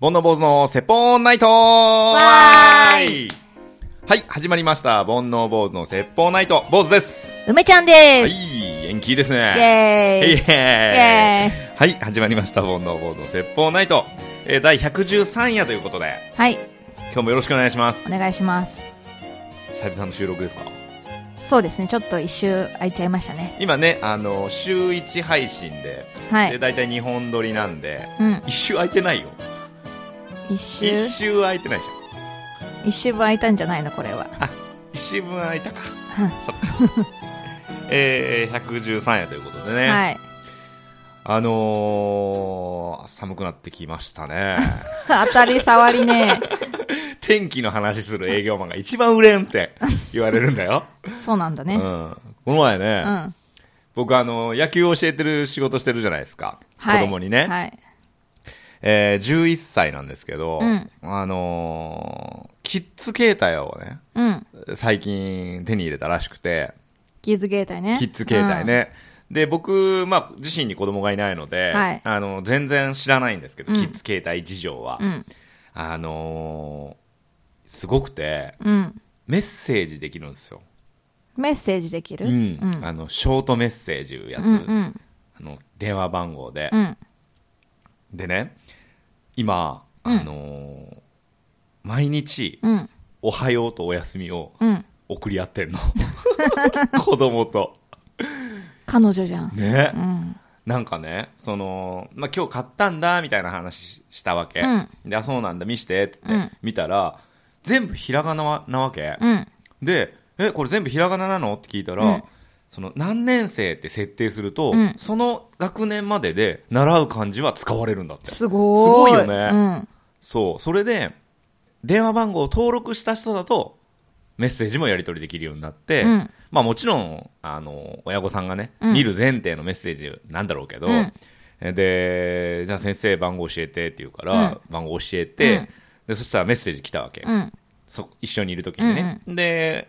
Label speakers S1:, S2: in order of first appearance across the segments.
S1: 煩悩坊主のセポーンナイトわ
S2: ーい
S1: はい、始まりました。煩悩坊主のセポーナイト、坊主です。
S2: 梅ちゃん
S1: は
S2: です。
S1: い、延期です
S2: イ
S1: ね。
S2: ェーイ。
S1: イエ
S2: イ
S1: ーイはい、始まりました。煩悩坊主のセポーナイト、えー第113夜ということで、
S2: はい、
S1: 今日もよろしくお願いします。
S2: お願いします。
S1: 久々の収録ですか
S2: そうですね、ちょっと一周空いちゃいましたね。
S1: 今ね、あの、週1配信で、
S2: は
S1: で、
S2: い。
S1: 大体2本撮りなんで、
S2: うん、
S1: 一周空いてないよ。
S2: 一周
S1: 一、周空いてないでしょ。
S2: 一周分空いたんじゃないの、これは。
S1: 一周分空いたか
S2: うん。
S1: そっか。 えー、113夜ということでね。
S2: はい。
S1: あのー、寒くなってきましたね。
S2: 当たり障りね。
S1: 天気の話する営業マンが一番売れんって言われるんだよ。
S2: そうなんだ
S1: う
S2: ね。うん。
S1: ん。この前ね、
S2: は
S1: 僕あの、野球を教えてる仕事してるじゃないですか。
S2: い。
S1: 子供にね。
S2: はい。
S1: えー、11歳なんですけど、
S2: うん
S1: あのー、キッズ携帯をね、
S2: うん。
S1: 最近手に入れたらしくて、
S2: キッズ携帯ね。
S1: キッズ携帯ね。で、僕、まあ、自身に子供がいないので、
S2: はい
S1: あの、全然知らないんですけど、
S2: うん
S1: キッズ携帯事情は。
S2: うん。うん。
S1: あのーすごくて、
S2: うん。
S1: メッセージできるんですよ。
S2: メッセージできる
S1: うん。あの、ショートメッセージいうやつ。
S2: うんうん。
S1: あの、電話番号で。
S2: うん。
S1: でね、今、あのー毎日、
S2: うん。
S1: おはようとおやすみを
S2: うん。
S1: 送り合ってんの。 子供と。
S2: 彼女じゃん。
S1: ね。
S2: うん。
S1: なんかね、その、まあ、今日買ったんだ、みたいな話したわけ。
S2: うん
S1: で、あ、そうなんだ、見して、って言って、
S2: うん
S1: 見たら、全部ひらがなわなわけ。
S2: うん。
S1: で、え、これ全部ひらがななのって聞いたら、
S2: うん
S1: その、何年生って設定すると、
S2: うん
S1: その学年までで習う漢字は使われるんだって。
S2: すごー
S1: す
S2: い。
S1: ごいよね
S2: うん。
S1: そう。それで、電話番号を登録した人だと、メッセージもやり取りできるようになって、
S2: うん
S1: まあもちろん、あの、親御さんがね、
S2: うん
S1: 見る前提のメッセージなんだろうけど、
S2: うん
S1: えで、じゃあ先生番号教えてって言うから、番号教えて、
S2: うん
S1: で、そしたらメッセージ来たわけ。
S2: うん。
S1: そ一緒にいる時にね。で、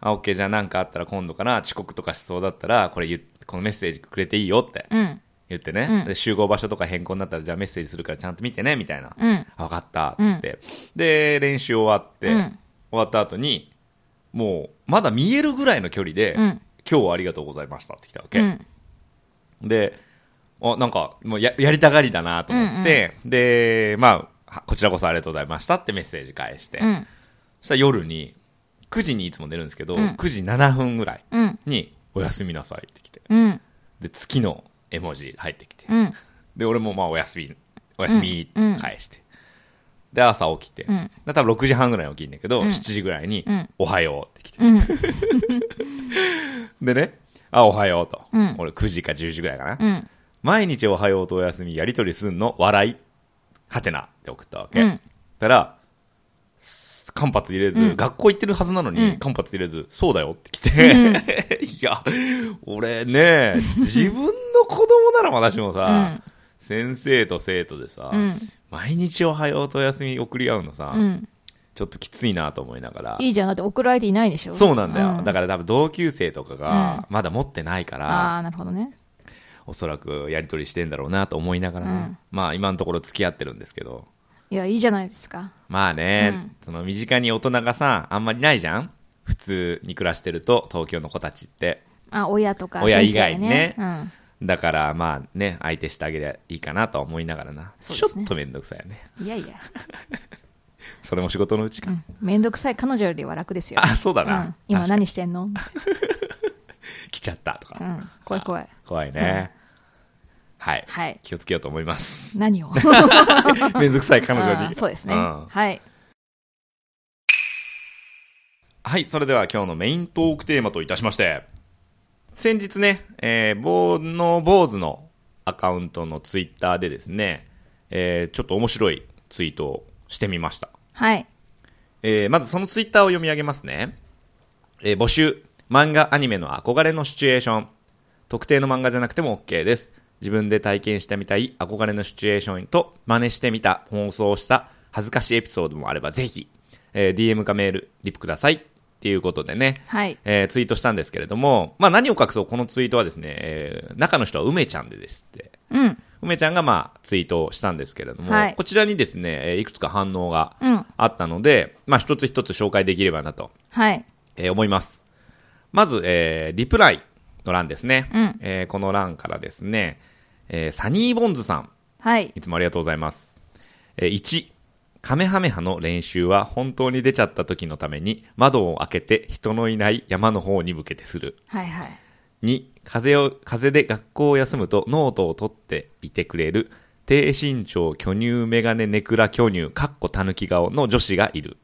S1: あ、OK、じゃあ何かあったら今度から遅刻とかしそうだったら、これ言っこのメッセージくれていいよって
S2: うん。
S1: 言ってね、
S2: うん
S1: で集合場所とか変更になったらじゃあメッセージするからちゃんと見てねみたいな、
S2: うん。
S1: あ分かったって言って、で練習終わって、
S2: うん
S1: 終わった後にもうまだ見えるぐらいの距離で、
S2: うん
S1: 今日はありがとうございましたって来たわ
S2: う
S1: け、
S2: ん。
S1: であなんかもうややりたがりだなと思って、でまあはこちらこそありがとうございましたってメッセージ返して、
S2: うん。
S1: そしたら夜に9時にいつも寝るんですけど、
S2: ん
S1: 9時7分ぐらい
S2: うん。
S1: に「おやすみなさい」って来て
S2: うん。
S1: で月の絵文字入ってきて、
S2: うん。
S1: で俺もまあおやすみおやすみ
S2: うんうん
S1: 返して、で朝起きて、
S2: ん
S1: で多分6時半ぐらいに起きるんだけど、
S2: うん
S1: 7時ぐらいに、
S2: うん
S1: おはようって来て
S2: うん。
S1: でねあおはようと、
S2: うん
S1: 俺9時か10時ぐらいかな、
S2: うん。
S1: 毎日おはようとおやすみやりとりすんの笑いはてなって送ったわけ、
S2: うん
S1: たらす間髪入れず、
S2: うん
S1: 学校行ってるはずなのに、
S2: うん
S1: 間髪入れずそうだよって来て、 いや俺ね自分の子供ならまだしもさ、先生と生徒でさ、
S2: うん。
S1: 毎日おはようとお休み送り合うのさ、
S2: うん。
S1: ちょっときついなと思いながら。
S2: いいじゃん。だって送られていないでしょ。
S1: そうなんだよ、だ
S2: か
S1: から多分同級生とかがまだ持ってないから、
S2: ああー、なるほどね。
S1: おそらくやり取りしてんだろうなと思いながらね、
S2: うん
S1: まあ今のところ付き合ってるんですけど
S2: いや、いいじゃないですか。
S1: まあね、
S2: うん
S1: その身近に大人がさあんまりないじゃん普通に暮らしてると東京の子たちって
S2: あ、親とか。
S1: 親以外にね
S2: 先生がね
S1: だからまあね相手してあげりゃいいかなとは思いながらな、
S2: そう
S1: ち
S2: で
S1: ょ
S2: すね
S1: っと面倒くさいよね
S2: うん。いやいや。
S1: それも仕事のうちか、
S2: うんめんどくさい彼女よりは楽ですよ。
S1: あそうだな、
S2: うん今
S1: 確かに
S2: 何してんの
S1: 来ちゃったとか、
S2: うん。怖い怖い。
S1: 怖いね、はい、
S2: はい
S1: 気をつけようと思います
S2: 何を
S1: めんどくさい彼女
S2: あー
S1: に
S2: そうですね。
S1: うん
S2: はい。
S1: はいそれでは今日のメイントークテーマといたしまして先日ね、えー、坊の坊主のアカウントのツイッターでですね、えーちょっと面白いツイートをしてみました、
S2: はい。
S1: えーまずそのツイッターを読み上げますね、えー募集漫画アニメの憧れのシチュエーション特定の漫画じゃなくても OK です自分で体験してみたい憧れのシチュエーションと真似してみた放送した恥ずかしいエピソードもあればぜひ、えー DM かメールリプくださいっっていうことでね、
S2: はい。
S1: えーツイートしたんですけれども、まあ、何を隠そうこのツイートはですね、えー中の人は梅ちゃんでですって
S2: うん。
S1: 梅ちゃんがまあツイートをしたんですけれども、
S2: はい
S1: こちらにですね、えーいくつか反応が
S2: うん
S1: あったので、まあ、一つ一つ紹介できればなと、
S2: はい。
S1: えー思いますまず、えーリプライの欄ですね、
S2: うん
S1: えーこの欄からですね、えーサニーボンズさん
S2: はい。
S1: いつもありがとうございます。えー1、カメハメハの練習は本当に出ちゃった時のために窓を開けて人のいない山の方に向けてする。
S2: はいはい。
S1: 2、風を、風で学校を休むとノートを取っていてくれる低身長巨乳メガネネクラ巨乳かっこたぬき顔の女子がいる。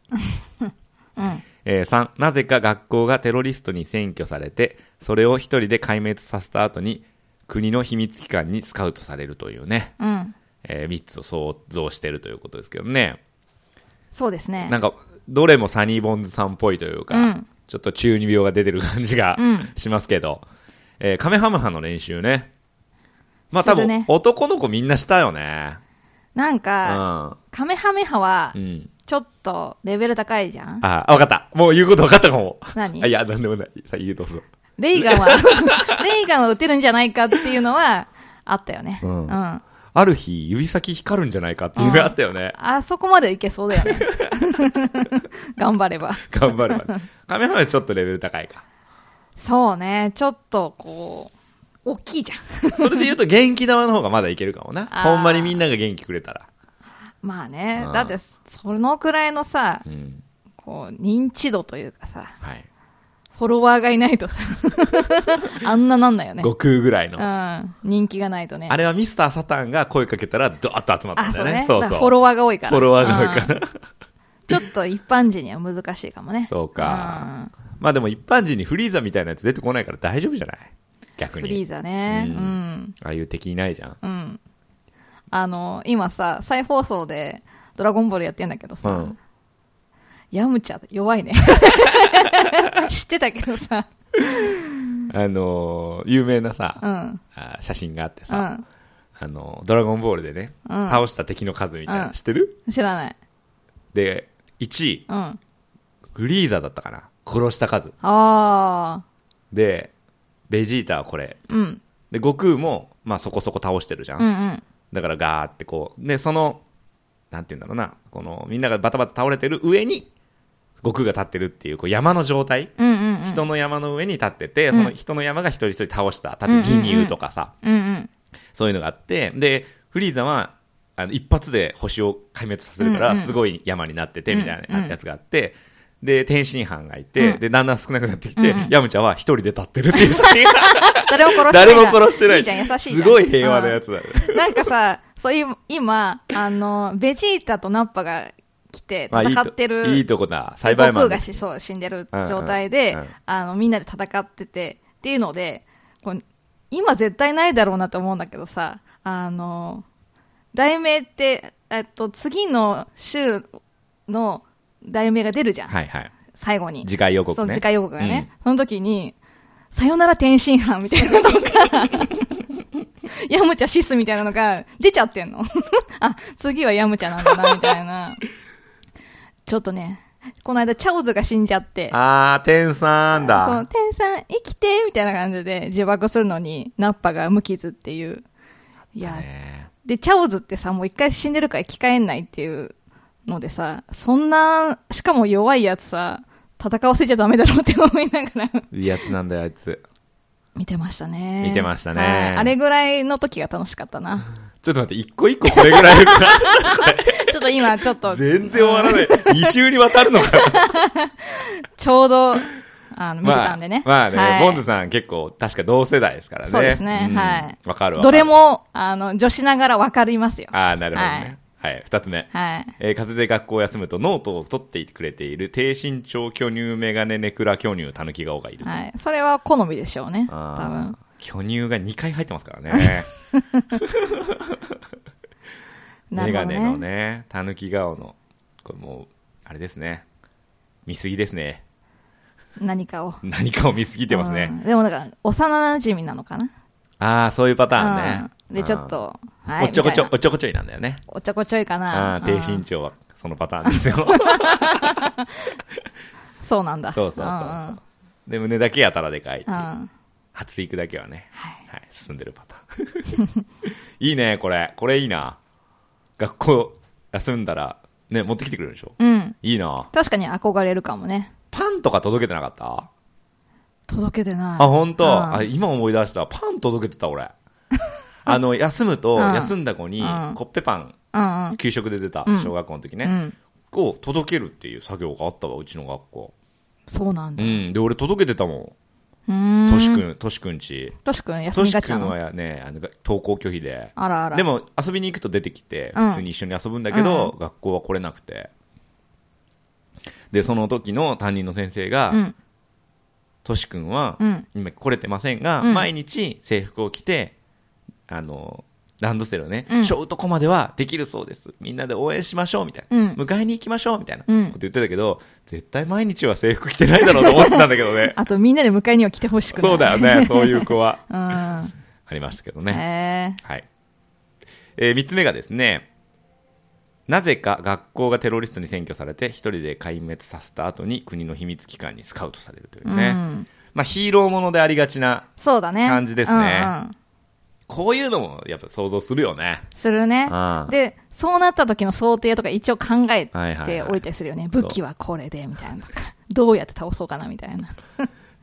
S1: えー3、なぜか学校がテロリストに占拠されて、それを一人で壊滅させた後に国の秘密機関にスカウトされるというね。
S2: うん。
S1: え3つを想像してるということですけどね。
S2: そうですね。
S1: なんか、どれもサニーボンズさんっぽいというか、
S2: うん
S1: ちょっと中二病が出てる感じが、
S2: ん
S1: しますけど、えーカメハムハの練習ね。まあ
S2: す
S1: 多
S2: る
S1: 分、
S2: ね
S1: 男の子みんなしたよね。
S2: な
S1: う
S2: ん
S1: ん。
S2: か、
S1: あ、
S2: カメハメハは
S1: う、ん、
S2: ちょっとレベル高いじゃん
S1: あ、わかった。もう言うことわかったかも。
S2: 何
S1: あいや、なんでもない。さあ、言うどうぞ。
S2: レイガンは、 レイガンは打てるんじゃないかっていうのは、あったよね。
S1: うん
S2: あ
S1: ある日、指先光るんじゃないかっていうのがあったよね。
S2: そこまではいけそうだよね。 頑張れば。
S1: 頑張れば。カメハムハちょっとレベル高いか。
S2: そうね、ちょっとこう、大きいじゃん。
S1: それで言うと元気玉の方がまだいけるかもな。
S2: あー
S1: ほんまにみんなが元気くれたら。
S2: まあね
S1: うん、
S2: だって、そのくらいのさ
S1: う、ん。
S2: こう、認知度というかさ、
S1: はい。
S2: フォロワーがいないとさ、 あんななんだよね。
S1: 悟空ぐらいうの。
S2: ん。人気がないとね。
S1: あれはミスターサタンが声かけたらドーッと集まったん
S2: あ、
S1: だ
S2: そ
S1: よ
S2: うね
S1: ね。。そう
S2: だ
S1: そう。
S2: からフォロワーが多いから。
S1: フォロワーが多いから。
S2: うんちょっと一般人には難しいかもね。
S1: そうか。 まあでも一般人にフリーザみたいなやつ出てこないから大丈夫じゃない
S2: うん。
S1: 逆
S2: フリー
S1: に。
S2: ザね。
S1: う
S2: うんん。
S1: ああいう敵いないじゃん。
S2: うん。あの、今さ、再放送でドラゴンボールやってんだけど
S1: う
S2: さ、
S1: ん。
S2: ヤムチャ弱いね。 知ってたけど
S1: あ
S2: さ。
S1: のー、有名なさ、
S2: うん。
S1: あ写真があって
S2: う
S1: さ、
S2: ん。
S1: あのー、ドラゴンボールでね、
S2: うん
S1: 倒した敵の数みたいな
S2: う
S1: の
S2: ん
S1: 知ってる
S2: 知らない。
S1: で、1位、
S2: うん。あ
S1: フリーザだったかな。殺した数。
S2: あ
S1: で、ベジータはこれ。
S2: ー。うん。
S1: で、悟空も、まあそこそこ倒してるじゃ
S2: うんうん。
S1: だからガーってこう。で、その、なんて言うんだろうな、この、みんながバタバタ倒れてる上に、悟空が立ってるっていう、こう山の状態、
S2: うんうんうん。
S1: 人の山の上に立ってて、その人の山が一人一人倒した。例えば、ギニューとかさ、
S2: うんうん。
S1: そういうのがあって、で、フリーザは、あの一発で星を壊滅させるか
S2: う
S1: ら、
S2: んうん
S1: すごい山になってて、みたい
S2: うんう
S1: なんやつがあって、で、天津飯がいて、
S2: うん
S1: で、だんだん少なくなってきて、ヤムチャは一人で立ってるっていう写真 が、
S2: 誰も殺してない。
S1: 誰も殺してない。
S2: いいじゃん、優しいじゃ
S1: す
S2: ん。
S1: ごい平和なや
S2: つ
S1: つだね。
S2: なんかさ、そういう、今、あの、ベジータとナッパが来て
S1: まあいい
S2: 戦
S1: と
S2: ってる。
S1: いいとこだ。栽培マ
S2: 悟空
S1: ンだ
S2: がしそう死んでる
S1: うんうん
S2: 状態で、
S1: うん
S2: あのみんなで戦っててっていうのでこう今絶対ないだろうなと思うんだけどさあの題名って、えっと、次の週の題名が出るじゃん、
S1: はいはい。
S2: 最後に
S1: 次回予告ね
S2: そう次回予告がね、その時に「さよなら天津飯」みたいなのが ヤムチャシスみたいなのが出ちゃってんの あ次はヤムチャなんだなみたいなちょっとねこの間チャオズが死んじゃって
S1: あー、天さんだ。
S2: そう天さん生きてみたいな感じで自爆するのにナッパが無傷っていういや
S1: ね
S2: でチャオズってさもう一回死んでるから生き返んないっていうのでさそんなしかも弱いやつさ戦わせちゃダメだろうって思いながら
S1: いいやつなんだよ、あいつ。
S2: 見てましたね
S1: 見てましたね
S2: はいあれぐらいの時が楽しかっ たな
S1: ちょっと待って、一個一個これぐらいか
S2: ちょっと今ちょっと
S1: 全然終わらない。二週にわたるのか。
S2: ちょうどあ の見て
S1: ま
S2: た
S1: あ、
S2: んでね、
S1: まあね、
S2: はい
S1: ボンズさん結構、確か同世代ですからね。
S2: そうですね
S1: ん
S2: はい
S1: わかるわ。
S2: どれ。もあの女子ながら分かりますよ
S1: あー、なるほどね。はい、二つ目。
S2: はい
S1: えー風で学校を休むとノートを取っていてくれている低身長巨乳メガネネクラ巨乳タヌキ顔がいる。
S2: はい。それは好みでしょうね。多
S1: あー
S2: 分。
S1: 巨乳が2回入ってますからね。
S2: な
S1: メ
S2: る
S1: ガ
S2: ほど
S1: ネの
S2: ね。
S1: ね、たぬき顔の、これもう、あれですね。見すぎですね。
S2: 何かを。
S1: 何かを見すぎてます
S2: う
S1: ね。
S2: ん。でもなんか、幼馴染なのかな。
S1: ああ、そういうパターンね。
S2: うんで、ちょっと、
S1: うん。
S2: はい。
S1: おっちょこちょ、お
S2: みたいな
S1: っちょこちょいなんだよね。
S2: おっちょこちょいか
S1: あ
S2: な
S1: あ。ー、低身長はそのパターンですよ。
S2: そうなんだ。
S1: そうそうそう
S2: うん。
S1: そううんで、胸だけやたらでかいっていうう。
S2: ん。
S1: 発育だけはね、
S2: はい
S1: はい、進んでるパターン。 いいね、これ。これいいな。学校休んだら、ね、持ってきてくれるでしょ。
S2: うん。
S1: いいな。
S2: 確かに憧れるかもね。
S1: パンとか届けてなかった
S2: 届けてない。
S1: あ、本当。
S2: うん
S1: あ、今思い出した。パン届けてた、 俺。あの、休むと、
S2: うん
S1: 休んだ子に、
S2: うん
S1: コッペパン、
S2: うんうん。
S1: 給食で出た
S2: うん、
S1: 小学校の時
S2: う
S1: ね、
S2: ん。
S1: を届けるっていう作業があったわ、うちの学校。
S2: そうなん
S1: う
S2: だ。
S1: ん。で、俺届けてたも
S2: うー
S1: ん。
S2: ん。
S1: としくん、としくんち。
S2: としくん休
S1: と
S2: み
S1: し
S2: がち
S1: く
S2: なんの。
S1: はね、あの、登校拒否で。
S2: あらあら。
S1: で、も遊びに行くと出てきて
S2: うん
S1: 普通に一緒に遊ぶんだけど、学校は来れなくてでその時の担任の先生が、
S2: うん。
S1: としくんは、
S2: うん
S1: 今来れてませんが、
S2: うん
S1: 毎日制服を着てあのランドセルをね、
S2: うん
S1: ショートコマではできるそうですみんなで応援しましょうみたいな、
S2: うん
S1: 迎えに行きましょうみたいなこ
S2: うん
S1: と言ってたけど、絶対毎日は制服着てないだろうと思ってたんだけど ね
S2: あとみんなで迎えには来てほしくない。
S1: そうだよ。ねそういう子は
S2: うん。
S1: ありましたけ どね、
S2: へえ。
S1: はい。えー三つ目がですね、なぜか学校がテロリストに占拠されて、一人で壊滅させた後に国の秘密機関にスカウトされるというね。
S2: うん
S1: まあヒーローものでありがちな、
S2: そうだね。
S1: 感じですね
S2: うんうん
S1: こういうのもやっぱ想像するよね。
S2: するね
S1: ああ。
S2: で、そうなった時の想定とか一応考え
S1: はいはい
S2: て
S1: はい
S2: おいたりするよね。武器はこれで、みたいなとか。どうやって倒そうかな、みたいな。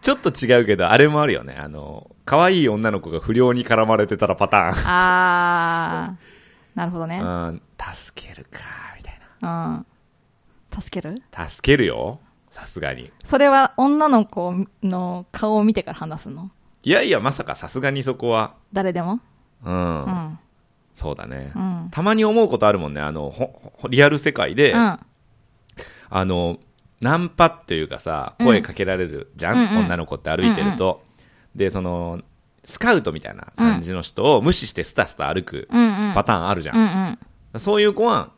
S1: ちょっと違うけど、あれもあるよね。あの、可愛い女の子が不良に絡まれてたらパタ
S2: あー。なるほどね。
S1: ーン。うん、助けるか、みたい
S2: うん。助ける
S1: な。助けるよ。さすがに。
S2: それは女の子の顔を見てから話すの
S1: いやいや、まさかさすがにそこは。
S2: 誰でも
S1: うん。
S2: うん。
S1: そうだね。
S2: うん。
S1: たまに思うことあるもんね。あの、ほほリアル世界で、
S2: うん。
S1: あの、ナンパっていうかさ、声かけられるじゃん、
S2: うんうん
S1: 女の子って歩いてると。で、その、スカウトみたいな感じの人を無視してスタスタ歩く
S2: うんうん。
S1: パターンあるじゃ。
S2: うんん
S1: そういう子は、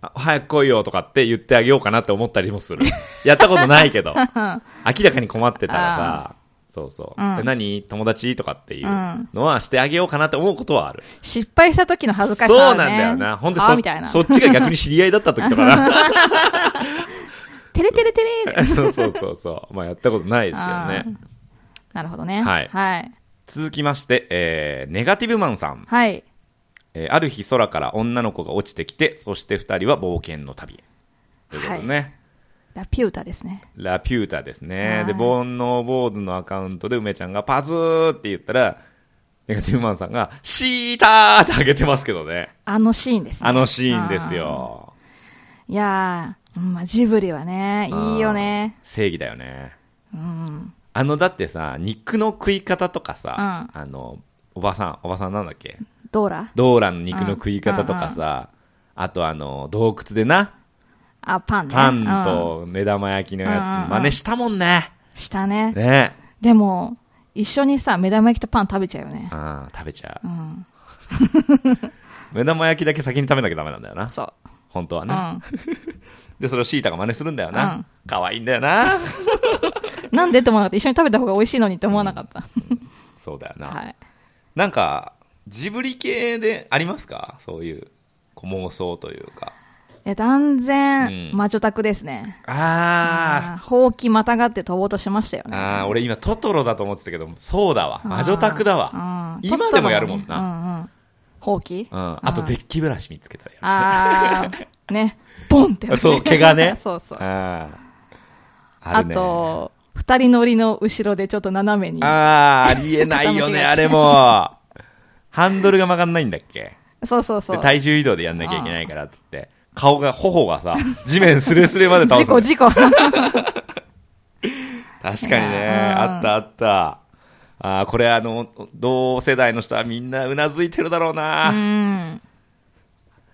S1: あ早く来いよとかって言ってあげようかなって思ったりも する。やったことないけど。明らかに困ってたらさ、そうそう。
S2: うん
S1: え何友達とかっていう
S2: うん
S1: のはしてあげようかなって思うことはある。
S2: 失敗した時の恥ずかしさ、
S1: そうな
S2: ね、
S1: んだよな。ほんで
S2: あ
S1: そ
S2: ーみたいな。
S1: そっちが逆に知り合いだった時とかな。
S2: てれてれてれ で。
S1: そうそうそう。まあやったことないですけどね。
S2: なるほどね。
S1: はい
S2: はい。
S1: 続きまして、えーネガティブマンさん。
S2: はい。
S1: えーある日空から女の子が落ちてきて、そして二人は冒険の旅へ。ということでね。
S2: ラピュータですね。
S1: ラピュータです
S2: は
S1: ね
S2: い。
S1: で、煩悩坊主のアカウントで梅ちゃんがパズーって言ったら、ネガティブマンさんが、シーターってあげてますけどね。
S2: あのシーンですね。
S1: あのシーンですよ。
S2: いやー、うんまあ、ジブリはね、いいよね。
S1: 正義だよね。
S2: うん。
S1: あの、だってさ、肉の食い方とかさ、
S2: う
S1: あの、おばさん、おばさんなんだっけ
S2: ドーラ
S1: ドーラの肉の食い方とかさ、あとあの、洞窟でな、
S2: あ、パンね。
S1: パンと目玉焼きの
S2: うんうん
S1: や
S2: う
S1: つ、
S2: ん
S1: 真似したもんね。
S2: うん。したね。
S1: ね
S2: でも、一緒にさ、目玉焼きとパン食べちゃうよね。
S1: うん、食べちゃ
S2: うん。
S1: う。目玉焼きだけ先に食べなきゃダメなんだよな。
S2: そう。
S1: 本当は
S2: う
S1: ね。
S2: ん。
S1: で、それをシータが真似するんだよ
S2: うん
S1: な。可愛いんだよな。
S2: なんでって思わなかった。一緒に食べた方が美味しいのにって思わなかった。
S1: そうだよ
S2: は
S1: な。
S2: い。
S1: なんか、ジブリ系でありますかそういう、こう妄想というか。
S2: え、断
S1: う
S2: 然、
S1: ん
S2: 魔女宅ですね。
S1: あ
S2: あーほうきまたがって飛ぼうとしましたよ
S1: ー。
S2: ね。
S1: あー俺今トトロだと思ってたけど、そうだわ。魔女宅だわ。
S2: うん
S1: 今でもやるもんな。
S2: な。うんうん。ほうき
S1: うん。あと、デッキブラシ見つけたらやる。
S2: あ ー、ね。ボンってやつ
S1: そう毛がね
S2: そうそう。
S1: ああ
S2: あ
S1: るね
S2: と、二人乗りの後ろでちょっと斜めに。
S1: あーありえないよね
S2: 傾きがち
S1: あれも ハンドルが曲がんないんだっけ
S2: そうそうそ
S1: で
S2: う。
S1: 体重移動でやんなきゃいけないからっつって顔が頬がさ地面スレスレまで倒
S2: 事
S1: す
S2: 故
S1: の
S2: 事故。
S1: 確かに
S2: い
S1: ね
S2: やー
S1: あったあったあーこれあの同世代の人はみんなうなずいてるだろうな、
S2: うん。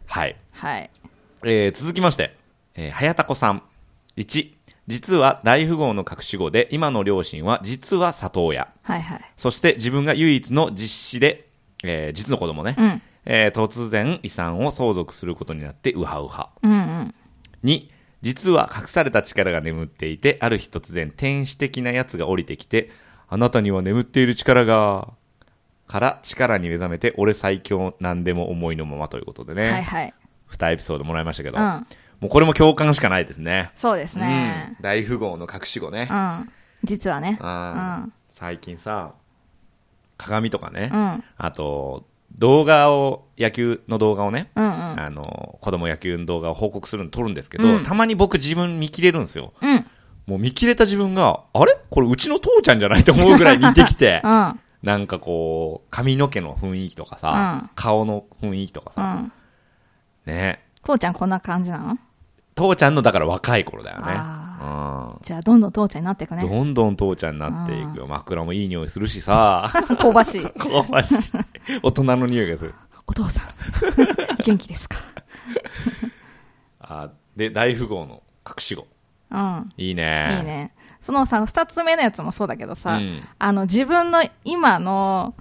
S1: はい
S2: はい。
S1: えー続きまして、えー、早田子さん。1、実は大富豪の隠し子で、今の両親は実は里親。
S2: はいはい。
S1: そして自分が唯一の実子で、えー実の子供ね、
S2: うん。
S1: えー突然遺産を相続することになってウハウハ。
S2: うんうん。
S1: 2、実は隠された力が眠っていて、ある日突然天使的なやつが降りてきて、あなたには眠っている力が、から力に目覚めて、俺最強なんでも思いのままということでね、
S2: はいはい。
S1: 2エピソードもらいましたけど、
S2: うん。
S1: もうこれも共感しかないですね。
S2: そうですね
S1: うん。。大富豪の隠し子ね
S2: う。ん。実はね。う
S1: あー
S2: ん。
S1: 最近さ、鏡とかね、
S2: うん
S1: あと、動画を、野球の動画をね、
S2: うんうん。
S1: あの、子供野球の動画を報告するの撮るんですけど、
S2: うん
S1: たまに僕自分見切れるんですよ。
S2: うん。
S1: もう見切れた自分が、あれこれうちの父ちゃんじゃないと思うぐらい似てきて、
S2: うん。
S1: なんかこう、髪の毛の雰囲気とかさ、
S2: うん
S1: 顔の雰囲気とか
S2: う
S1: さ、
S2: ん。
S1: ね。
S2: 父ちゃんこんな感じなの
S1: 父ちゃんのだから若い頃だよね。
S2: じゃあ、どんどん父ちゃんになっていく
S1: うん
S2: ね。
S1: どんどん父ちゃんになっていくよ。枕もいい匂いするし さ、
S2: 香ば しい。
S1: 香ばしい。大人の匂いがする。
S2: お父さん、 元気ですか
S1: あで、大富豪の隠し子。
S2: うん。
S1: いい
S2: い
S1: ね。
S2: いね。そのさ、二つ目のやつもそうだけどさ、
S1: うん
S2: あの、自分の今の、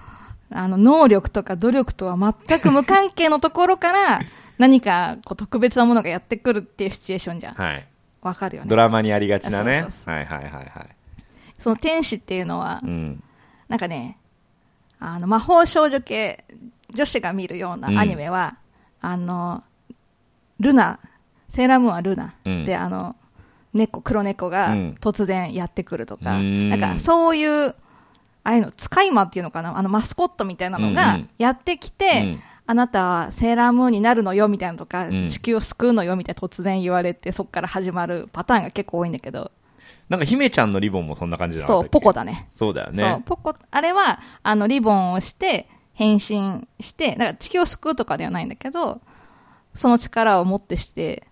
S2: あの、能力とか努力とは全く無関係のとこ ろから、何か、こう、特別なものがやってくるっていうシチュエーションじゃん。
S1: はい。
S2: わかるよ
S1: ド
S2: ね。
S1: ラマにありがちなね。
S2: そうそう
S1: はいはいはいはい。
S2: その天使っていうのは
S1: う、ん。
S2: なんかね、あの、魔法少女系、女子が見るようなアニメは、あの、ルナ、セーラームーンはルナ、
S1: うん
S2: で、あの、猫、黒猫が
S1: うん
S2: 突然やってくるとか、
S1: うん
S2: なんかそういう、あれの、使い魔っていうのかなあの、マスコットみたいなのが
S1: うんうん
S2: やってきて、
S1: うん
S2: あなたはセーラームーンになるのよみたいなのとか、
S1: うん
S2: 地球を救うのよみたいな突然言われて、そこから始まるパターンが結構多いんだけど、
S1: なんか姫ちゃんのリボンもそんな感じだ
S2: そう、ポコ。だね。
S1: そうだよ
S2: そう、
S1: ね。
S2: ポコ、あれは、あの、リボンをして、変身して、だから地球を救うとかではないんだけど、その力をもってして、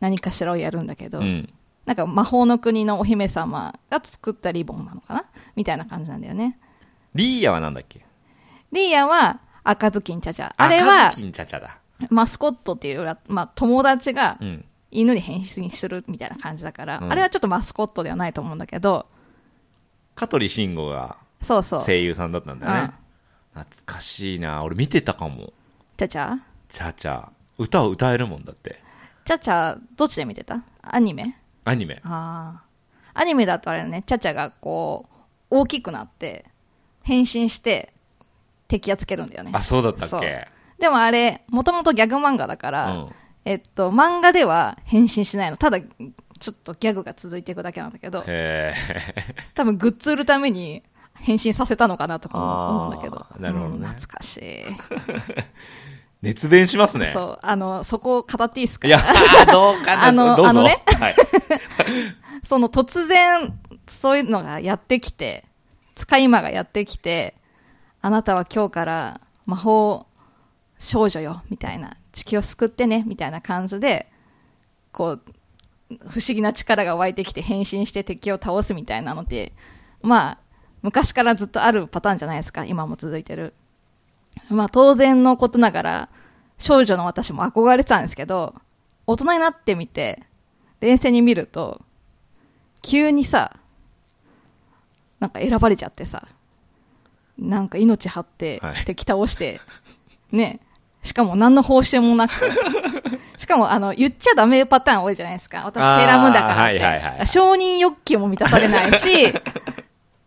S2: 何かしらをやるんだけど、
S1: うん。
S2: なんか魔法の国のお姫様が作ったリボンなのかなみたいな感じなんだよね。
S1: リーヤはなんだっけ
S2: リーヤは、赤ずきんちゃちゃ。あれは
S1: 赤、ずきんちゃちゃだ。
S2: マスコットっていうよりは、まあ、友達が
S1: うん。
S2: 犬に変身するみたいな感じだから、
S1: うん
S2: あれはちょっとマスコットではないと思うんだけど、
S1: 香取慎吾が
S2: そうそう。
S1: 声優さんだったんだよね。懐かしいな。俺見てたかも。
S2: ちゃちゃ
S1: ちゃちゃ。歌を歌えるもんだって。
S2: ちゃちゃ、どっちで見てたアニメ
S1: アニメ。
S2: ああ。アニメだとあれだね、チャチャがこう、大きくなって、変身して、敵やっつけるんだよね。
S1: あ、そうだった
S2: そ
S1: っ
S2: う
S1: け
S2: でもあれ、もともとギャグ漫画だから、
S1: うん
S2: えっと、漫画では変身しないの。ただ、ちょっとギャグが続いていくだけなんだけど、
S1: へえ。
S2: 多分グッズ売るために変身させたのかなとかも思うんだけど
S1: あ。ーなるほどね
S2: うん懐かしい。
S1: 熱弁しますね。
S2: そう、あの、そこを語っていいですか
S1: いや、どうかな。
S2: あの
S1: どうぞ。
S2: あのね
S1: はい。
S2: その突然、そういうのがやってきて、使い魔がやってきて、あなたは今日から魔法少女よ、みたいな、地球を救ってね、みたいな感じで、こう、不思議な力が湧いてきて変身して敵を倒すみたいなので、まあ、昔からずっとあるパターンじゃないですか、今も続いてる。まあ当然のことながら、少女の私も憧れてたんですけど、大人になってみて、冷静に見ると、急にさ、なんか選ばれちゃってさ、なんか命張って
S1: はい、
S2: 敵倒して、ね、しかも何の報酬もなく、しかもあの、言っちゃダメパターン多いじゃないですか。私
S1: あー
S2: セーラームーンだからって、
S1: はいはいはい
S2: 承認欲求も満たされない し、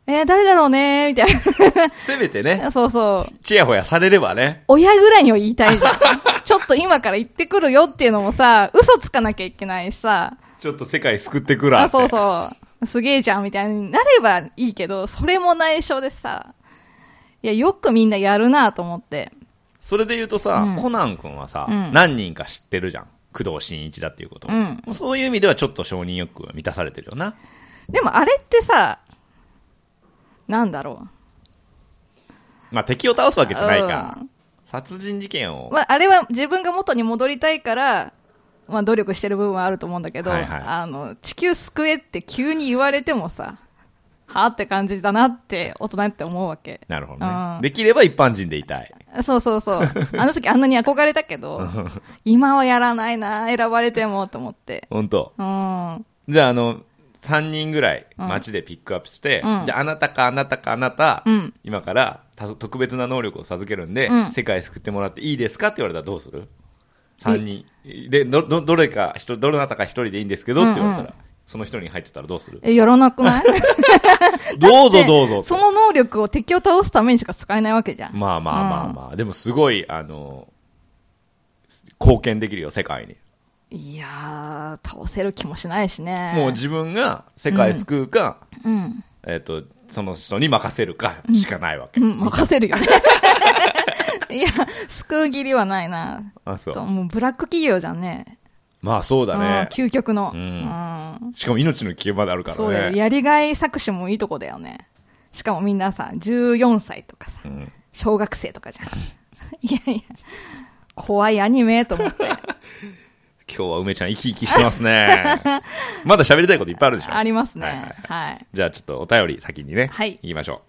S2: えー誰だろうねみたい
S1: せめてね、
S2: な。 そうそう。
S1: ちやほやされればね。
S2: 親ぐらいには言いた いじゃん。ちょっと今から言ってくるよっていうのもさ、嘘つかなきゃいけないしさ、
S1: ちょっと世界救ってくら
S2: あそう
S1: う。
S2: そう、すげえじゃんみたいになればいいけど、それも内緒でさ、いや、よくみんなやるなと思って。
S1: それで言うと
S2: う
S1: さ
S2: ん、
S1: コナン君はさ
S2: う、ん
S1: 何人か知ってるじゃん。工藤新一だっていうこと
S2: うん
S1: も。そういう意味ではちょっと承認欲求が満たされてるよな。
S2: でもあれってさ、なんだろ
S1: まあ敵を倒すわけじゃないか
S2: う。
S1: 殺人事件
S2: う。
S1: を。
S2: まあ、あれは自分が元に戻りたいから、まあ、努力してる部分はあると思うんだけど、
S1: はいはい
S2: あの、地球救えって急に言われてもさ、はあって感じだなって、大人って思うわけ。
S1: なるほど
S2: う
S1: ね。
S2: ん
S1: できれば一般人でいたい。
S2: そうそ うそう。あの時あんなに憧れたけど、今はやらないな、選ばれてもと思って。
S1: 本当。
S2: うん。
S1: じゃあ、あの、3人ぐらい街でピックアップして、
S2: うん
S1: じゃあ、あなたかあなたかあなた、
S2: うん
S1: 今からた特別な能力を授けるんで、
S2: うん
S1: 世界救ってもらっていいですかって言われたらどうする ?3 人。で、ど、ど、どれか、ひとどなたか一人でいいんですけどって言われたら、
S2: うん
S1: その一人に入ってたらどうする
S2: え、やらなくない
S1: どうぞどうぞって
S2: その能力を敵を倒すためにしか使えないわけじゃん。
S1: まあまあまあまあ、でもすごい、あの、貢献できるよ、世界に。
S2: いやー、倒せる気もしないしね。
S1: もう自分が世界救うか、
S2: うん。
S1: えっ、と、その人に任せるかしかないわけ。
S2: うん、任せ るよね。いや、救う義理はないな。
S1: あ、そ
S2: と
S1: う。
S2: もうブラック企業じゃんね。
S1: まあそうだね。
S2: うん究極の。
S1: う
S2: うんん。
S1: しかも命の危険まであるか
S2: そうだ
S1: ら
S2: よ。
S1: ね。
S2: やりがい搾取もいいとこだよね。しかもみんなさ、14歳とかさ、
S1: うん
S2: 小学生とかじゃん。 いやいや、怖いアニメと 思って。
S1: 今日は梅ちゃん生き生きしてます ね。まだ喋りたいこといっぱいあるでしょ。
S2: あります
S1: はいはい
S2: ね。はい。
S1: じゃあちょっとお便り先にね、
S2: はい
S1: 行きましょう。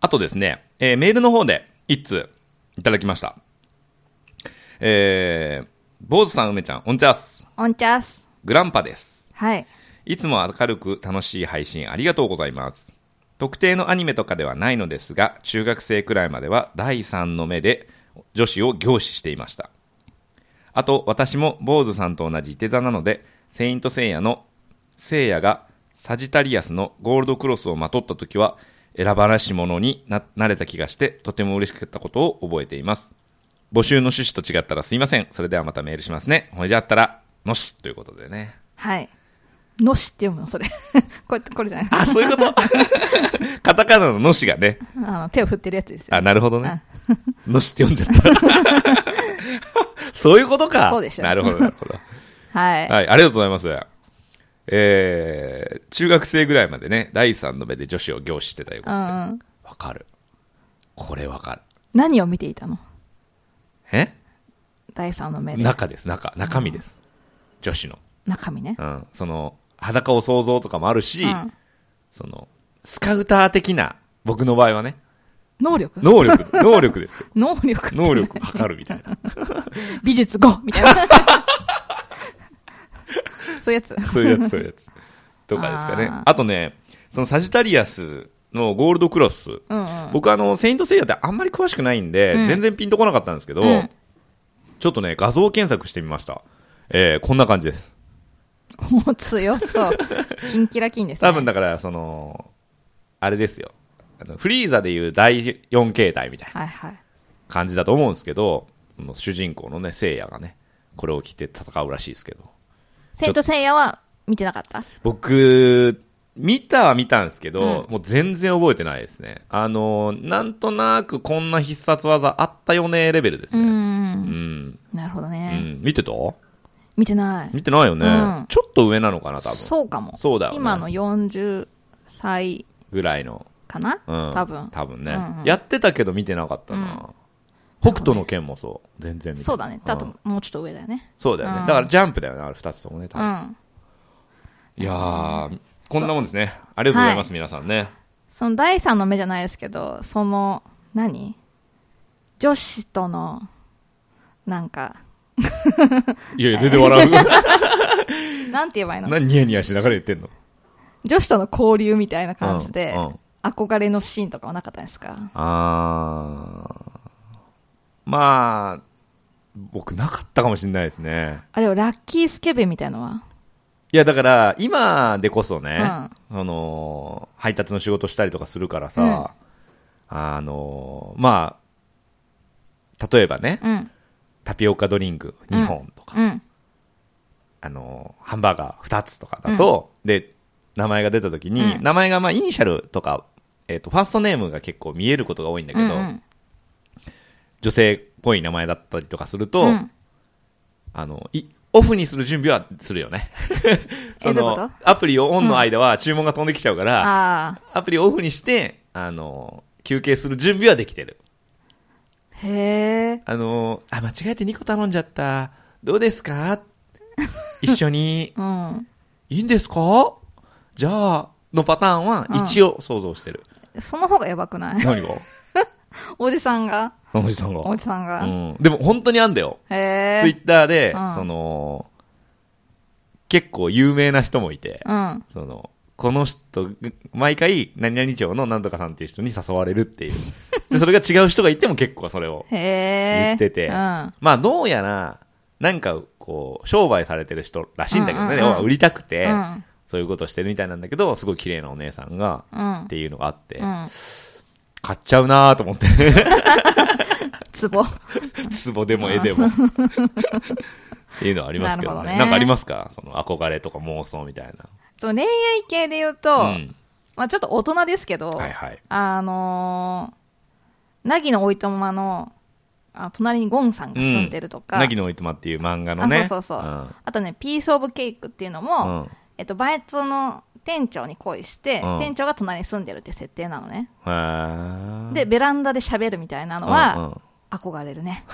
S1: あとですね、えーメールの方で一通いただきました。えー、坊主さん梅ちゃん、オンチャース、
S2: オンチャース。
S1: グランパです。
S2: はい。
S1: いつも明るく楽しい配信ありがとうございます。特定のアニメとかではないのですが、中学生くらいまでは第三の目で女子を凝視していました。あと、私も坊主さんと同じ手座なので、セイントセイヤの聖夜がサジタリアスのゴールドクロスをまとった時は、選ばらし者にななれた気がして、とても嬉しかったことを覚えています。募集の趣旨と違ったらすいません。それではまたメールしますね。ほいじゃあったら、のしということでね。
S2: はい。のしって読むの、それ。 これ、これじゃない。
S1: あ、そういうこと カタカナののしがね。
S2: あの、手を振ってるやつですよ。
S1: あ、なるほどね。のしって読んじゃった。 そういうことか。
S2: そうでしょ
S1: なるほど、なる ほど。
S2: はい。
S1: はい、ありがとうございます。えー、中学生ぐらいまでね、第三の目で女子を凝視してたよ。
S2: う
S1: わ
S2: んうん。
S1: かる。これわかる。
S2: 何を見ていたの
S1: え
S2: 第三の目で。
S1: 中です、中。中身です。女子の。
S2: 中身ね。
S1: うん。その、裸を想像とかもあるし、
S2: うん
S1: その、スカウター的な、僕の場合はね、
S2: 能力
S1: 能力、能力ですよ。
S2: 能力って
S1: 能力を測るみたいな。
S2: 美術5みたいな。 そういうやつ。
S1: そういうやつ、そういうやつ。とかですかね。あ
S2: あー
S1: とね、そのサジタリアスのゴールドクロス。
S2: うんうん。
S1: 僕あの、セイントセイヤってあんまり詳しくないんで、
S2: うん
S1: 全然ピンとこなかったんですけど、
S2: うん
S1: ちょっとね、画像検索してみました。えー、こんな感じです。
S2: もう強そう。キンキラキンですね。
S1: 多分だから、その、あれですよ。あのフリーザでいう第4形態みたいな
S2: はいはい。
S1: 感じだと思うんですけど、その主人公のね、セイヤがね、これを着て戦うらしいですけど。
S2: セイントセイヤは見てなかった
S1: 僕、見たは見たんですけど、
S2: う
S1: もう全然覚えてないですね。あの、なんとなくこんな必殺技あったよねレベルです
S2: う。
S1: ね。うんん。
S2: なるほど
S1: う
S2: ね。
S1: ん。見てた
S2: 見てない。
S1: 見てないよね、
S2: うん
S1: ちょっと上なのかな、多分。
S2: そうかも。
S1: そうだよね
S2: 今の40歳
S1: ぐらいの。
S2: かな
S1: うん。
S2: 多分。
S1: 多分ね、
S2: うんうん
S1: やってたけど見てなかったな。北斗の剣もそう。全然見てない
S2: そうだね。だ
S1: う
S2: と
S1: ん、
S2: もうちょっと上だよね。
S1: そうだよね、
S2: うん
S1: だからジャンプだよね、あれ二つともね、多
S2: う
S1: 分。
S2: ん。
S1: いやー、こんなもんですね。ありがとうございます、皆さんね。
S2: その第三の目じゃないですけど、その、何女子との、なんか、
S1: いやいや、全然笑う。
S2: なんて言えばいい の
S1: 何ニヤニヤしながら言ってんの
S2: 女子との交流みたいな感じで、
S1: うんうん
S2: 憧れのシーンとかはなかったですか
S1: あーまあ、僕なかったかもしれないですね。
S2: あれをラッキースケベみたいのはい
S1: や、だから、今でこそね、
S2: う
S1: その、配達の仕事したりとかするからさ、あの、まあ、例えばね、
S2: うん。
S1: タピオカドリンク2本とか、
S2: うん。
S1: あの、ハンバーガー2つとかだと、で、名前が出た時に、
S2: うん
S1: 名前がまあ、イニシャルとか、えっ、と、ファーストネームが結構見えることが多いんだけど、
S2: うん
S1: 女性っぽい名前だったりとかすると、
S2: うんうん
S1: あの、い、オフにする準備はするよ ね。そ
S2: どういうこ
S1: の、アプリをオンの間は注文が飛んできちゃうから、
S2: ああ。
S1: アプリをオフにして、あの、休憩する準備はできてる。
S2: へえ。
S1: あの、あ、間違えて2個頼んじゃった。どうです か一緒に、
S2: うん。
S1: いいんですかじゃあ、のパターンは
S2: うん
S1: 一応想像してる。
S2: その方がやばくない
S1: 何が
S2: おじさんが
S1: おじさんが。
S2: おじさんが。
S1: うん。でも本当にあんだよ。
S2: へ
S1: ツイ
S2: え。
S1: ッターで、
S2: うん
S1: その、結構有名な人もいて、
S2: うん。
S1: その、この人、毎回、何々町のなんとかさんっていう人に誘われる っていう。で、それが違う人がいても結構それを。
S2: へえ。
S1: 言ってて
S2: うん。
S1: まあ、どうやら、なんか、こう、商売されてる人らしいんだけどね、
S2: うんうんうん
S1: 要は売りたくて、
S2: うん。
S1: そういうことしてるみたいなんだけど、すごい綺麗なお姉さんが、
S2: うん
S1: っ。ていうのがあって、
S2: うん。
S1: 買っちゃうなーと思って、
S2: ツボ。
S1: 壺でも絵でも。っていうのはありますけどね。な
S2: なるほどね
S1: んかありますかその憧れとか妄想みたいな。
S2: そう恋愛系で言うと、
S1: うん
S2: まあ、ちょっと大人ですけど、
S1: はいはい。
S2: あのー、凪のおいとまの、あ隣にゴンさんが住んでるとか、
S1: なぎのおいとまっていう漫画のね。
S2: あそうそうそう、
S1: ん
S2: あとね、ピースオブケイクっていうのも、
S1: うん
S2: えっと、バイトの店長に恋して、
S1: うん
S2: 店長が隣に住んでるって設定なのね。
S1: へー
S2: で、ベランダで喋るみたいなの
S1: うんうん
S2: は、憧れる ね。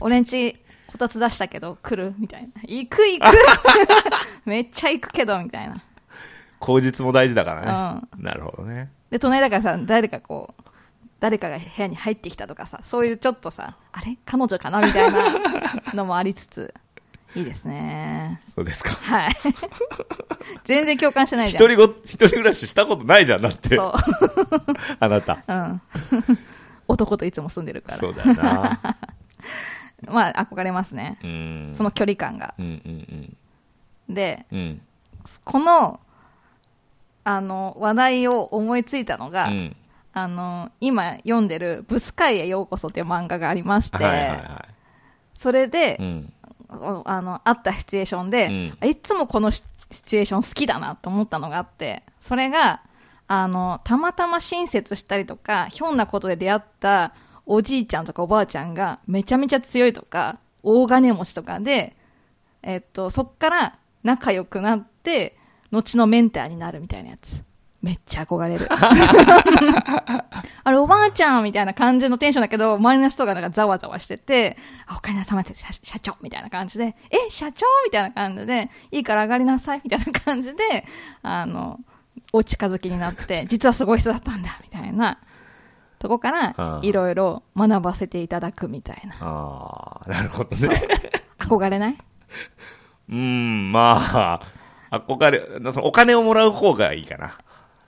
S2: 俺んち、こたつ出したけど、来るみたいな。行く行く めっちゃ行くけど、みたいな。
S1: 口実も大事だからね。なるほどね。
S2: で、隣だからさ、誰かこう、誰かが部屋に入ってきたとかさ、そういうちょっとさ、あれ彼女かなみたいなのもありつつ、 いいですね。
S1: そうですか。
S2: はい。 全然共感してないじゃん。
S1: 一人ご、一人暮らししたことないじゃん、だって。
S2: そう。
S1: あなた。
S2: うん。男といつも住んでるから
S1: そ。うだよな。
S2: まあ、憧れますね。
S1: うん。
S2: その距離感が。
S1: うんうん
S2: で、
S1: うん。うん。
S2: この、あの、話題を思いついたのが、
S1: うん。
S2: あの、今読んでる、ブスカイへようこそっていう漫画がありまし
S1: は
S2: て、
S1: いはいは
S2: それで、
S1: い。うん。
S2: おあの、あったシチュエーションで、いつもこのシシチュエーション好きだなと思ったのがあって、それが、あの、たまたま親切したりとか、ひょんなことで出会ったおじいちゃんとかおばあちゃんがめちゃめちゃ強いとか、大金持ちとかで、えっと、そっから仲良くなって、後のメンターになるみたいなやつ。めっちゃ憧れる。あれ、おばあちゃんみたいな感じのテンションだけど、周りの人がなんかざわざわしてて、あ、お金様です、社社長みたいな感じで、え、社長みたいな感じで、いいから上がりなさいみたいな感じで、あの、お近づきになって、実はすごい人だったんだ、みたいな、とこか
S1: あ
S2: ら
S1: あ、
S2: いろいろ学ばせていただくみたいな。
S1: ああ、なるほどね。
S2: 憧れないう
S1: ん、まあ、憧れ、そのお金をもらう方がいいかな。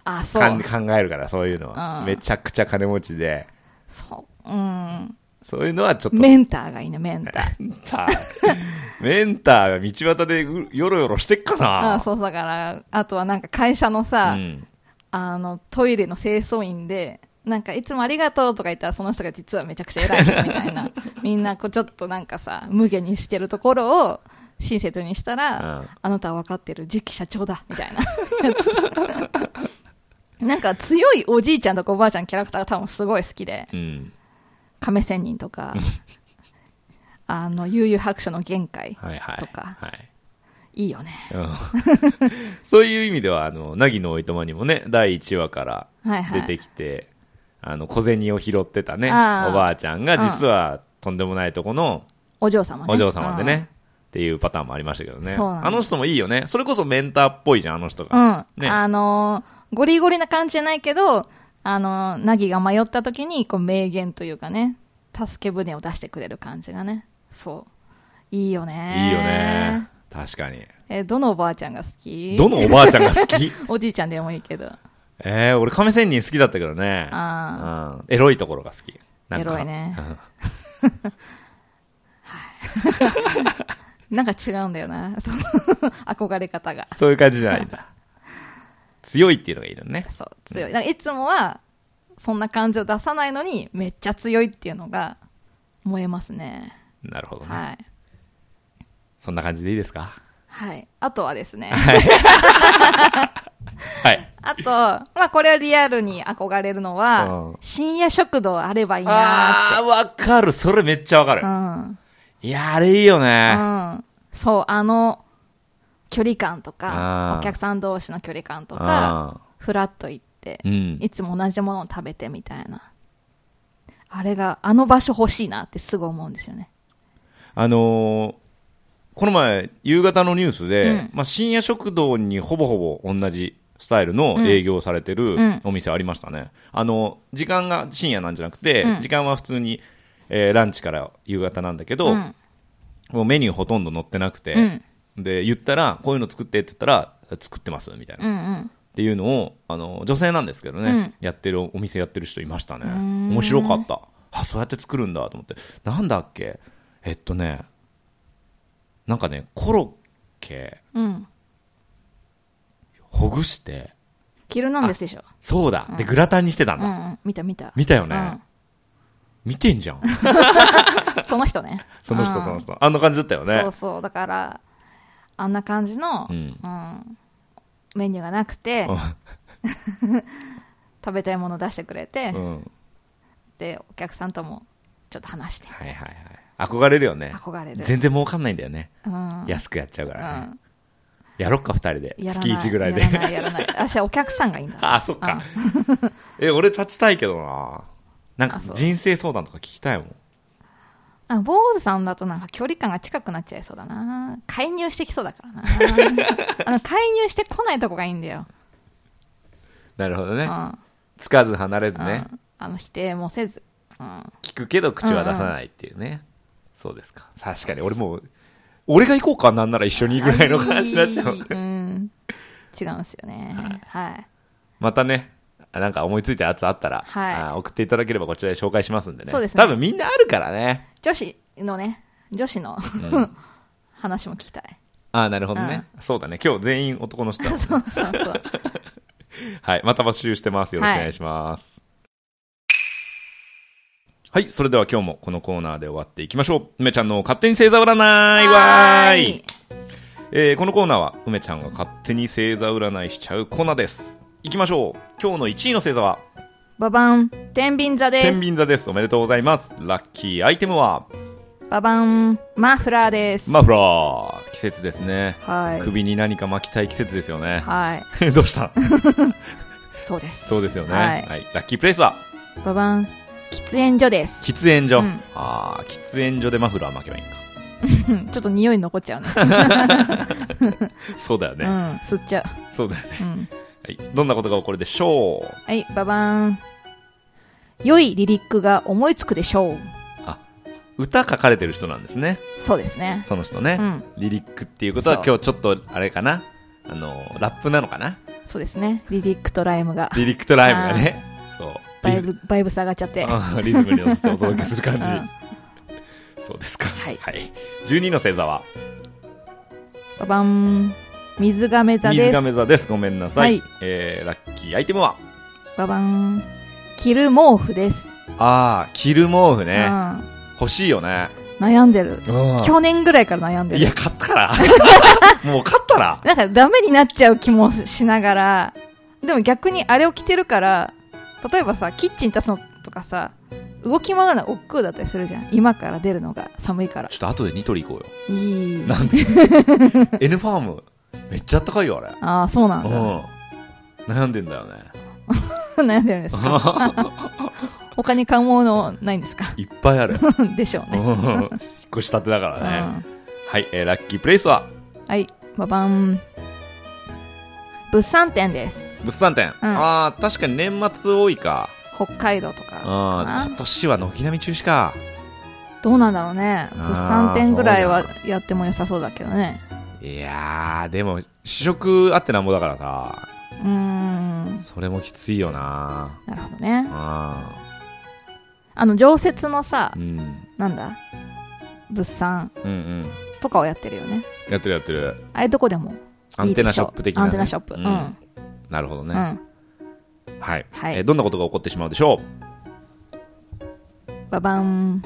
S2: あ、そ
S1: かん
S2: う。
S1: 考えるから、そういうのは。
S2: うん
S1: めちゃくちゃ金持ちで、
S2: そう。うん。
S1: そういうのはちょ っと。
S2: メンターがいいね、メンター。
S1: メンター。メンターが道端でうよろよろしてっかな。
S2: あそうだから、あとはなんか会社のさ、
S1: ん。
S2: あの、トイレの清掃員で、なんか、いつもありがとうとか言ったら、その人が実はめちゃくちゃ偉い人みた いな。みんな、こう、ちょっとなんかさ、無下にしてるところを、親切にしたら、
S1: うん
S2: あなたは分かってる、次期社長だ、みたいなやつ。 なんか、強いおじいちゃんとかおばあちゃんのキャラクターが多分すごい好きで、
S1: うん。
S2: 亀仙人とか、あの、悠々白書の限界
S1: はいはい。
S2: とか
S1: はい。
S2: いいよね。
S1: うん そういう意味では、あの、凪のおいとまにもね、第1話から
S2: はいはい
S1: 出てきて、あの、小銭を拾ってたね、お
S2: あー
S1: ばあちゃんが実はとんでもないとこの
S2: お嬢様ね。
S1: お嬢様でね、
S2: うん
S1: っていうパターンもありましたけどね。
S2: そうなんです
S1: あの人もいいよね。それこそメンターっぽいじゃん、あの人
S2: う
S1: が。
S2: ん。
S1: ね
S2: あのーゴリゴリな感じじゃないけど、あのー、ナギが迷った時に、こう、名言というかね、助け舟を出してくれる感じがね。そう。いいよ
S1: い
S2: ね。
S1: いよね。。確かに。
S2: えーどのおばあちゃんが好き
S1: どのおばあちゃんが好き
S2: おじいちゃんでもいいけど。
S1: えー、俺亀仙人好きだったけどね。
S2: あ
S1: うん。エロいところが好き。なん
S2: エ
S1: か
S2: ロい。ね。はい。なんか違うん だよな。その憧れ方が。
S1: そういう感じじゃないんだ。 強いっていうのがいいのね。
S2: そう、強い。なんかいつもは、そんな感じを出さないのに、めっちゃ強いっていうのが、燃えますね。
S1: なるほどね。
S2: はい。
S1: そんな感じでいいですか
S2: はい。あとはですね。
S1: はい。
S2: あと、まあこれをリアルに憧れるの
S1: うん
S2: は、深夜食堂あればいいな
S1: あー、わかる。それめっちゃわかる。
S2: ーって。
S1: いや、あれいいよ
S2: う
S1: ね。
S2: ん。うん。そう、あの、距離感と
S1: あ
S2: か、
S1: ー
S2: お客さん同士の距離感とか、ふらっと行って
S1: う、ん。
S2: いつも同じものを食べてみたいな。あれが、あの場所欲しいなってすぐ思うんですよね。
S1: あのーこの前、夕方のニュースで、
S2: うん
S1: まあ、深夜食堂にほぼほぼ同じスタイルの営業をされてる
S2: うん
S1: お店ありましたね。あの、時間が深夜なんじゃなくて、
S2: うん
S1: 時間は普通に、えーランチから夕方なんだけど、
S2: ん。
S1: もうメニューほとんど載ってなくて、
S2: うん。
S1: で、言ったら、こういうの作ってって言ったら、作ってます、みたいな。
S2: うんうん。
S1: っていうのをあの女性なんですけどね、
S2: うん
S1: やってるお店やってる人いましたね面白かったあそうやって作るんだと思ってなんだっけえっとねなんかねコロッケ
S2: うん。
S1: ほぐして
S2: キルなんですでしょ。
S1: そうだ、でグラタンにしてたん
S2: う
S1: だ、
S2: んうん。見た見た。
S1: 見たよね、
S2: うん
S1: 見てんじゃん。
S2: その人ね
S1: その
S2: う
S1: 人、
S2: ん
S1: その人。あんな感じだったよ ね
S2: そう。そうだからあんな感じの、
S1: う
S2: うんんメニューがなくて 食べたいもの出してくれて、
S1: うん。うん
S2: でお客さんともちょっと話して
S1: はいはいはい。憧れるよね。
S2: 憧れる
S1: 全然儲かんないんだよね。
S2: うん
S1: 安くやっちゃうか
S2: う
S1: らね。
S2: ん
S1: やろっか、二人で。
S2: やら
S1: 月
S2: ない
S1: 1ぐらいで
S2: や。らないやらない私はお客さんがいいんだ
S1: ああ、そっか。 え、俺立ちたいけどな。なんか
S2: あそう
S1: 人生相談とか聞きたいもん。
S2: あ坊主さんだとなんか距離感が近くなっちゃいそうだな介入してきそうだか らなあの介入してこないとこがいいんだよ、
S1: なるほど
S2: う
S1: ね
S2: ん。う
S1: つかず離れず
S2: ん
S1: ね。
S2: あの否定もせず、うん、
S1: 聞くけど口は出さないっていうね。そうですか。確かに、俺もう、俺が行こうかなんなら一緒にぐらいの話になっちゃう。
S2: うん違うんですよねはい
S1: またね、なんか思いついたやつあったら、
S2: はい
S1: あー送っていただければこちらで紹介しますんでね。
S2: そうですね
S1: 多分みんなあるからね。
S2: 女子のね女子の、話も聞きたい
S1: ああ、なるほどね、そうだね。今日全員男の人だもんね、
S2: そう そうそう
S1: はい。また募集してます。よろしくお願いします。はい。それでは今日もこのコーナーで終わっていきましょう。梅ちゃんの勝手に星座占いわーいえーこのコーナーは梅ちゃんが勝手に星座占いしちゃうコーナーです。行きましょう。今日の1位の星座は、
S2: ババン天秤座で
S1: 天
S2: す
S1: 秤座です。おめでとうございます。ラッキーアイテムは、
S2: ババンマフラーです、
S1: マフラー季節ですね、
S2: はい
S1: 首に何か巻きたい季節ですよね、
S2: はい
S1: どうした
S2: そうです
S1: そうですよね、は
S2: はいい
S1: ラッキープレイスは
S2: ババン喫煙所です
S1: 喫煙所、
S2: うん
S1: ああ喫煙所でマフラー巻けばいいんか
S2: うんちょっと匂い残っちゃうね
S1: そうだよ
S2: う
S1: ね、
S2: ん吸っちゃ
S1: そうだよね、
S2: う、うん、
S1: はい、どんなことが起こるでしょう
S2: はいババン良いリリックが思いつくでしょう
S1: 歌書かれてる人なんですね
S2: そうですね
S1: その人ね、
S2: うん
S1: リリックっていうことは
S2: そ
S1: 今日ちょっとあれかなあのラップなのかな
S2: そうですねリリックとライムが
S1: リリックとライムがねそう
S2: バイ
S1: リズ
S2: ブバイブ下がっちゃって
S1: うんリズムに乗せてお届けする感じ、
S2: うん
S1: そうですか
S2: はい
S1: はい、12位の星座は
S2: ババン水亀座
S1: 水
S2: です
S1: 亀座です。ごめんなさい。
S2: はい
S1: えー、ラッキーアイテムは
S2: ババン着る毛布です、
S1: ああ、着る毛布
S2: う
S1: ね。
S2: ん、
S1: 欲しいよね。
S2: 悩んでる
S1: うん
S2: 去年ぐらいから悩んで
S1: いや、
S2: る
S1: 買った らもう買ったら
S2: なんかダメになっちゃう気もしながらでも逆にあれを着てるから例えばさキッチン立つのとかさ動き回るのは億劫だったりするじゃん今から出るのが寒いから
S1: ちょっと後でニトリ行こうよ。
S2: いい
S1: なんで ?N ファーム、めっちゃあったかいよ、あれ。
S2: ああそうなんだ
S1: うん。悩んでんだよね。
S2: 悩んでるんですか 他に買うものないんですか
S1: いっぱいある。
S2: でしょう
S1: うん
S2: ね、
S1: 引っ越したてだか
S2: う
S1: らね。
S2: ん
S1: はい、えー、ラッキープレイスは
S2: はいババン物産展です
S1: 物産展。
S2: うん
S1: ああ、確かに年末多いか。
S2: 北海道とか
S1: うん。
S2: かな
S1: 今年は軒並み中止か。
S2: どうなんだろうね
S1: あー
S2: 物産展ぐらい
S1: そ
S2: はやっても良さそうだけどね
S1: いやー、でも、試食あってなんぼだからさ、
S2: うーん
S1: それもきついよな
S2: なるほどね
S1: あ
S2: あの常設のさ
S1: ーうん。
S2: なんだ物産
S1: うんうん。
S2: とかをやってるよね
S1: やってるやってる。
S2: あれどこでも
S1: アンテナショップ的な、ね。
S2: アンテナショップうん、うん
S1: なるほどね。はい。
S2: はい
S1: えーどんなことが起こってしまうでしょう
S2: ババン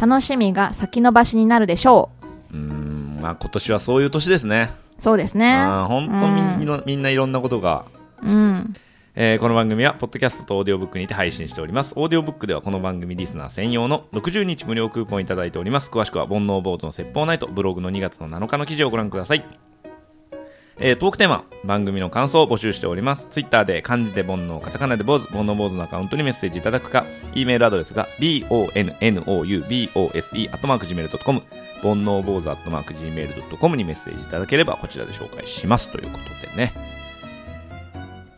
S2: 楽しみが先延ばしになるでしょ
S1: うー
S2: う
S1: ん、まあ今年はそういう年ですね。
S2: そうですね
S1: あーほんとみ,、
S2: うん
S1: みのみんないろんなことが
S2: うん
S1: えーこの番組は、ポッドキャストとオーディオブックにて配信しております。オーディオブックでは、この番組リスナー専用の60日無料クーポンいただいております。詳しくは、煩悩坊主の説法ナイト、ブログの2月の7日の記事をご覧ください。えートークテーマ、番組の感想を募集しております。ツイッターで、漢字で煩悩、カタカナで坊主、煩悩坊主のアカウントにメッセージいただくか、e メールアドレスが、bonoubose、アットマーク gmail.com、煩悩坊主、アットマーク gmail.com にメッセージいただければ、こちらで紹介します。ということでね。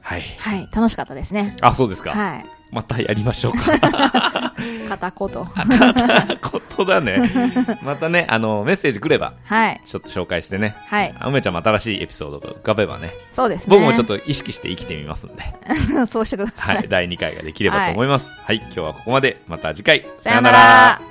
S1: はい。
S2: はい楽しかったですね
S1: あ、そうですか。
S2: はい
S1: またやりましょう か。
S2: 片言
S1: ことだね。またね、あの、メッセージくれば、
S2: はい
S1: ちょっと紹介してね。
S2: はい
S1: あ梅ちゃんも新しいエピソードが浮かべばね、
S2: そうですね
S1: 僕もちょっと意識して生きてみますんで、
S2: と そうしてください、
S1: はい、第2回ができればと思います。はい、今日はここまで。また次回。
S2: さよなら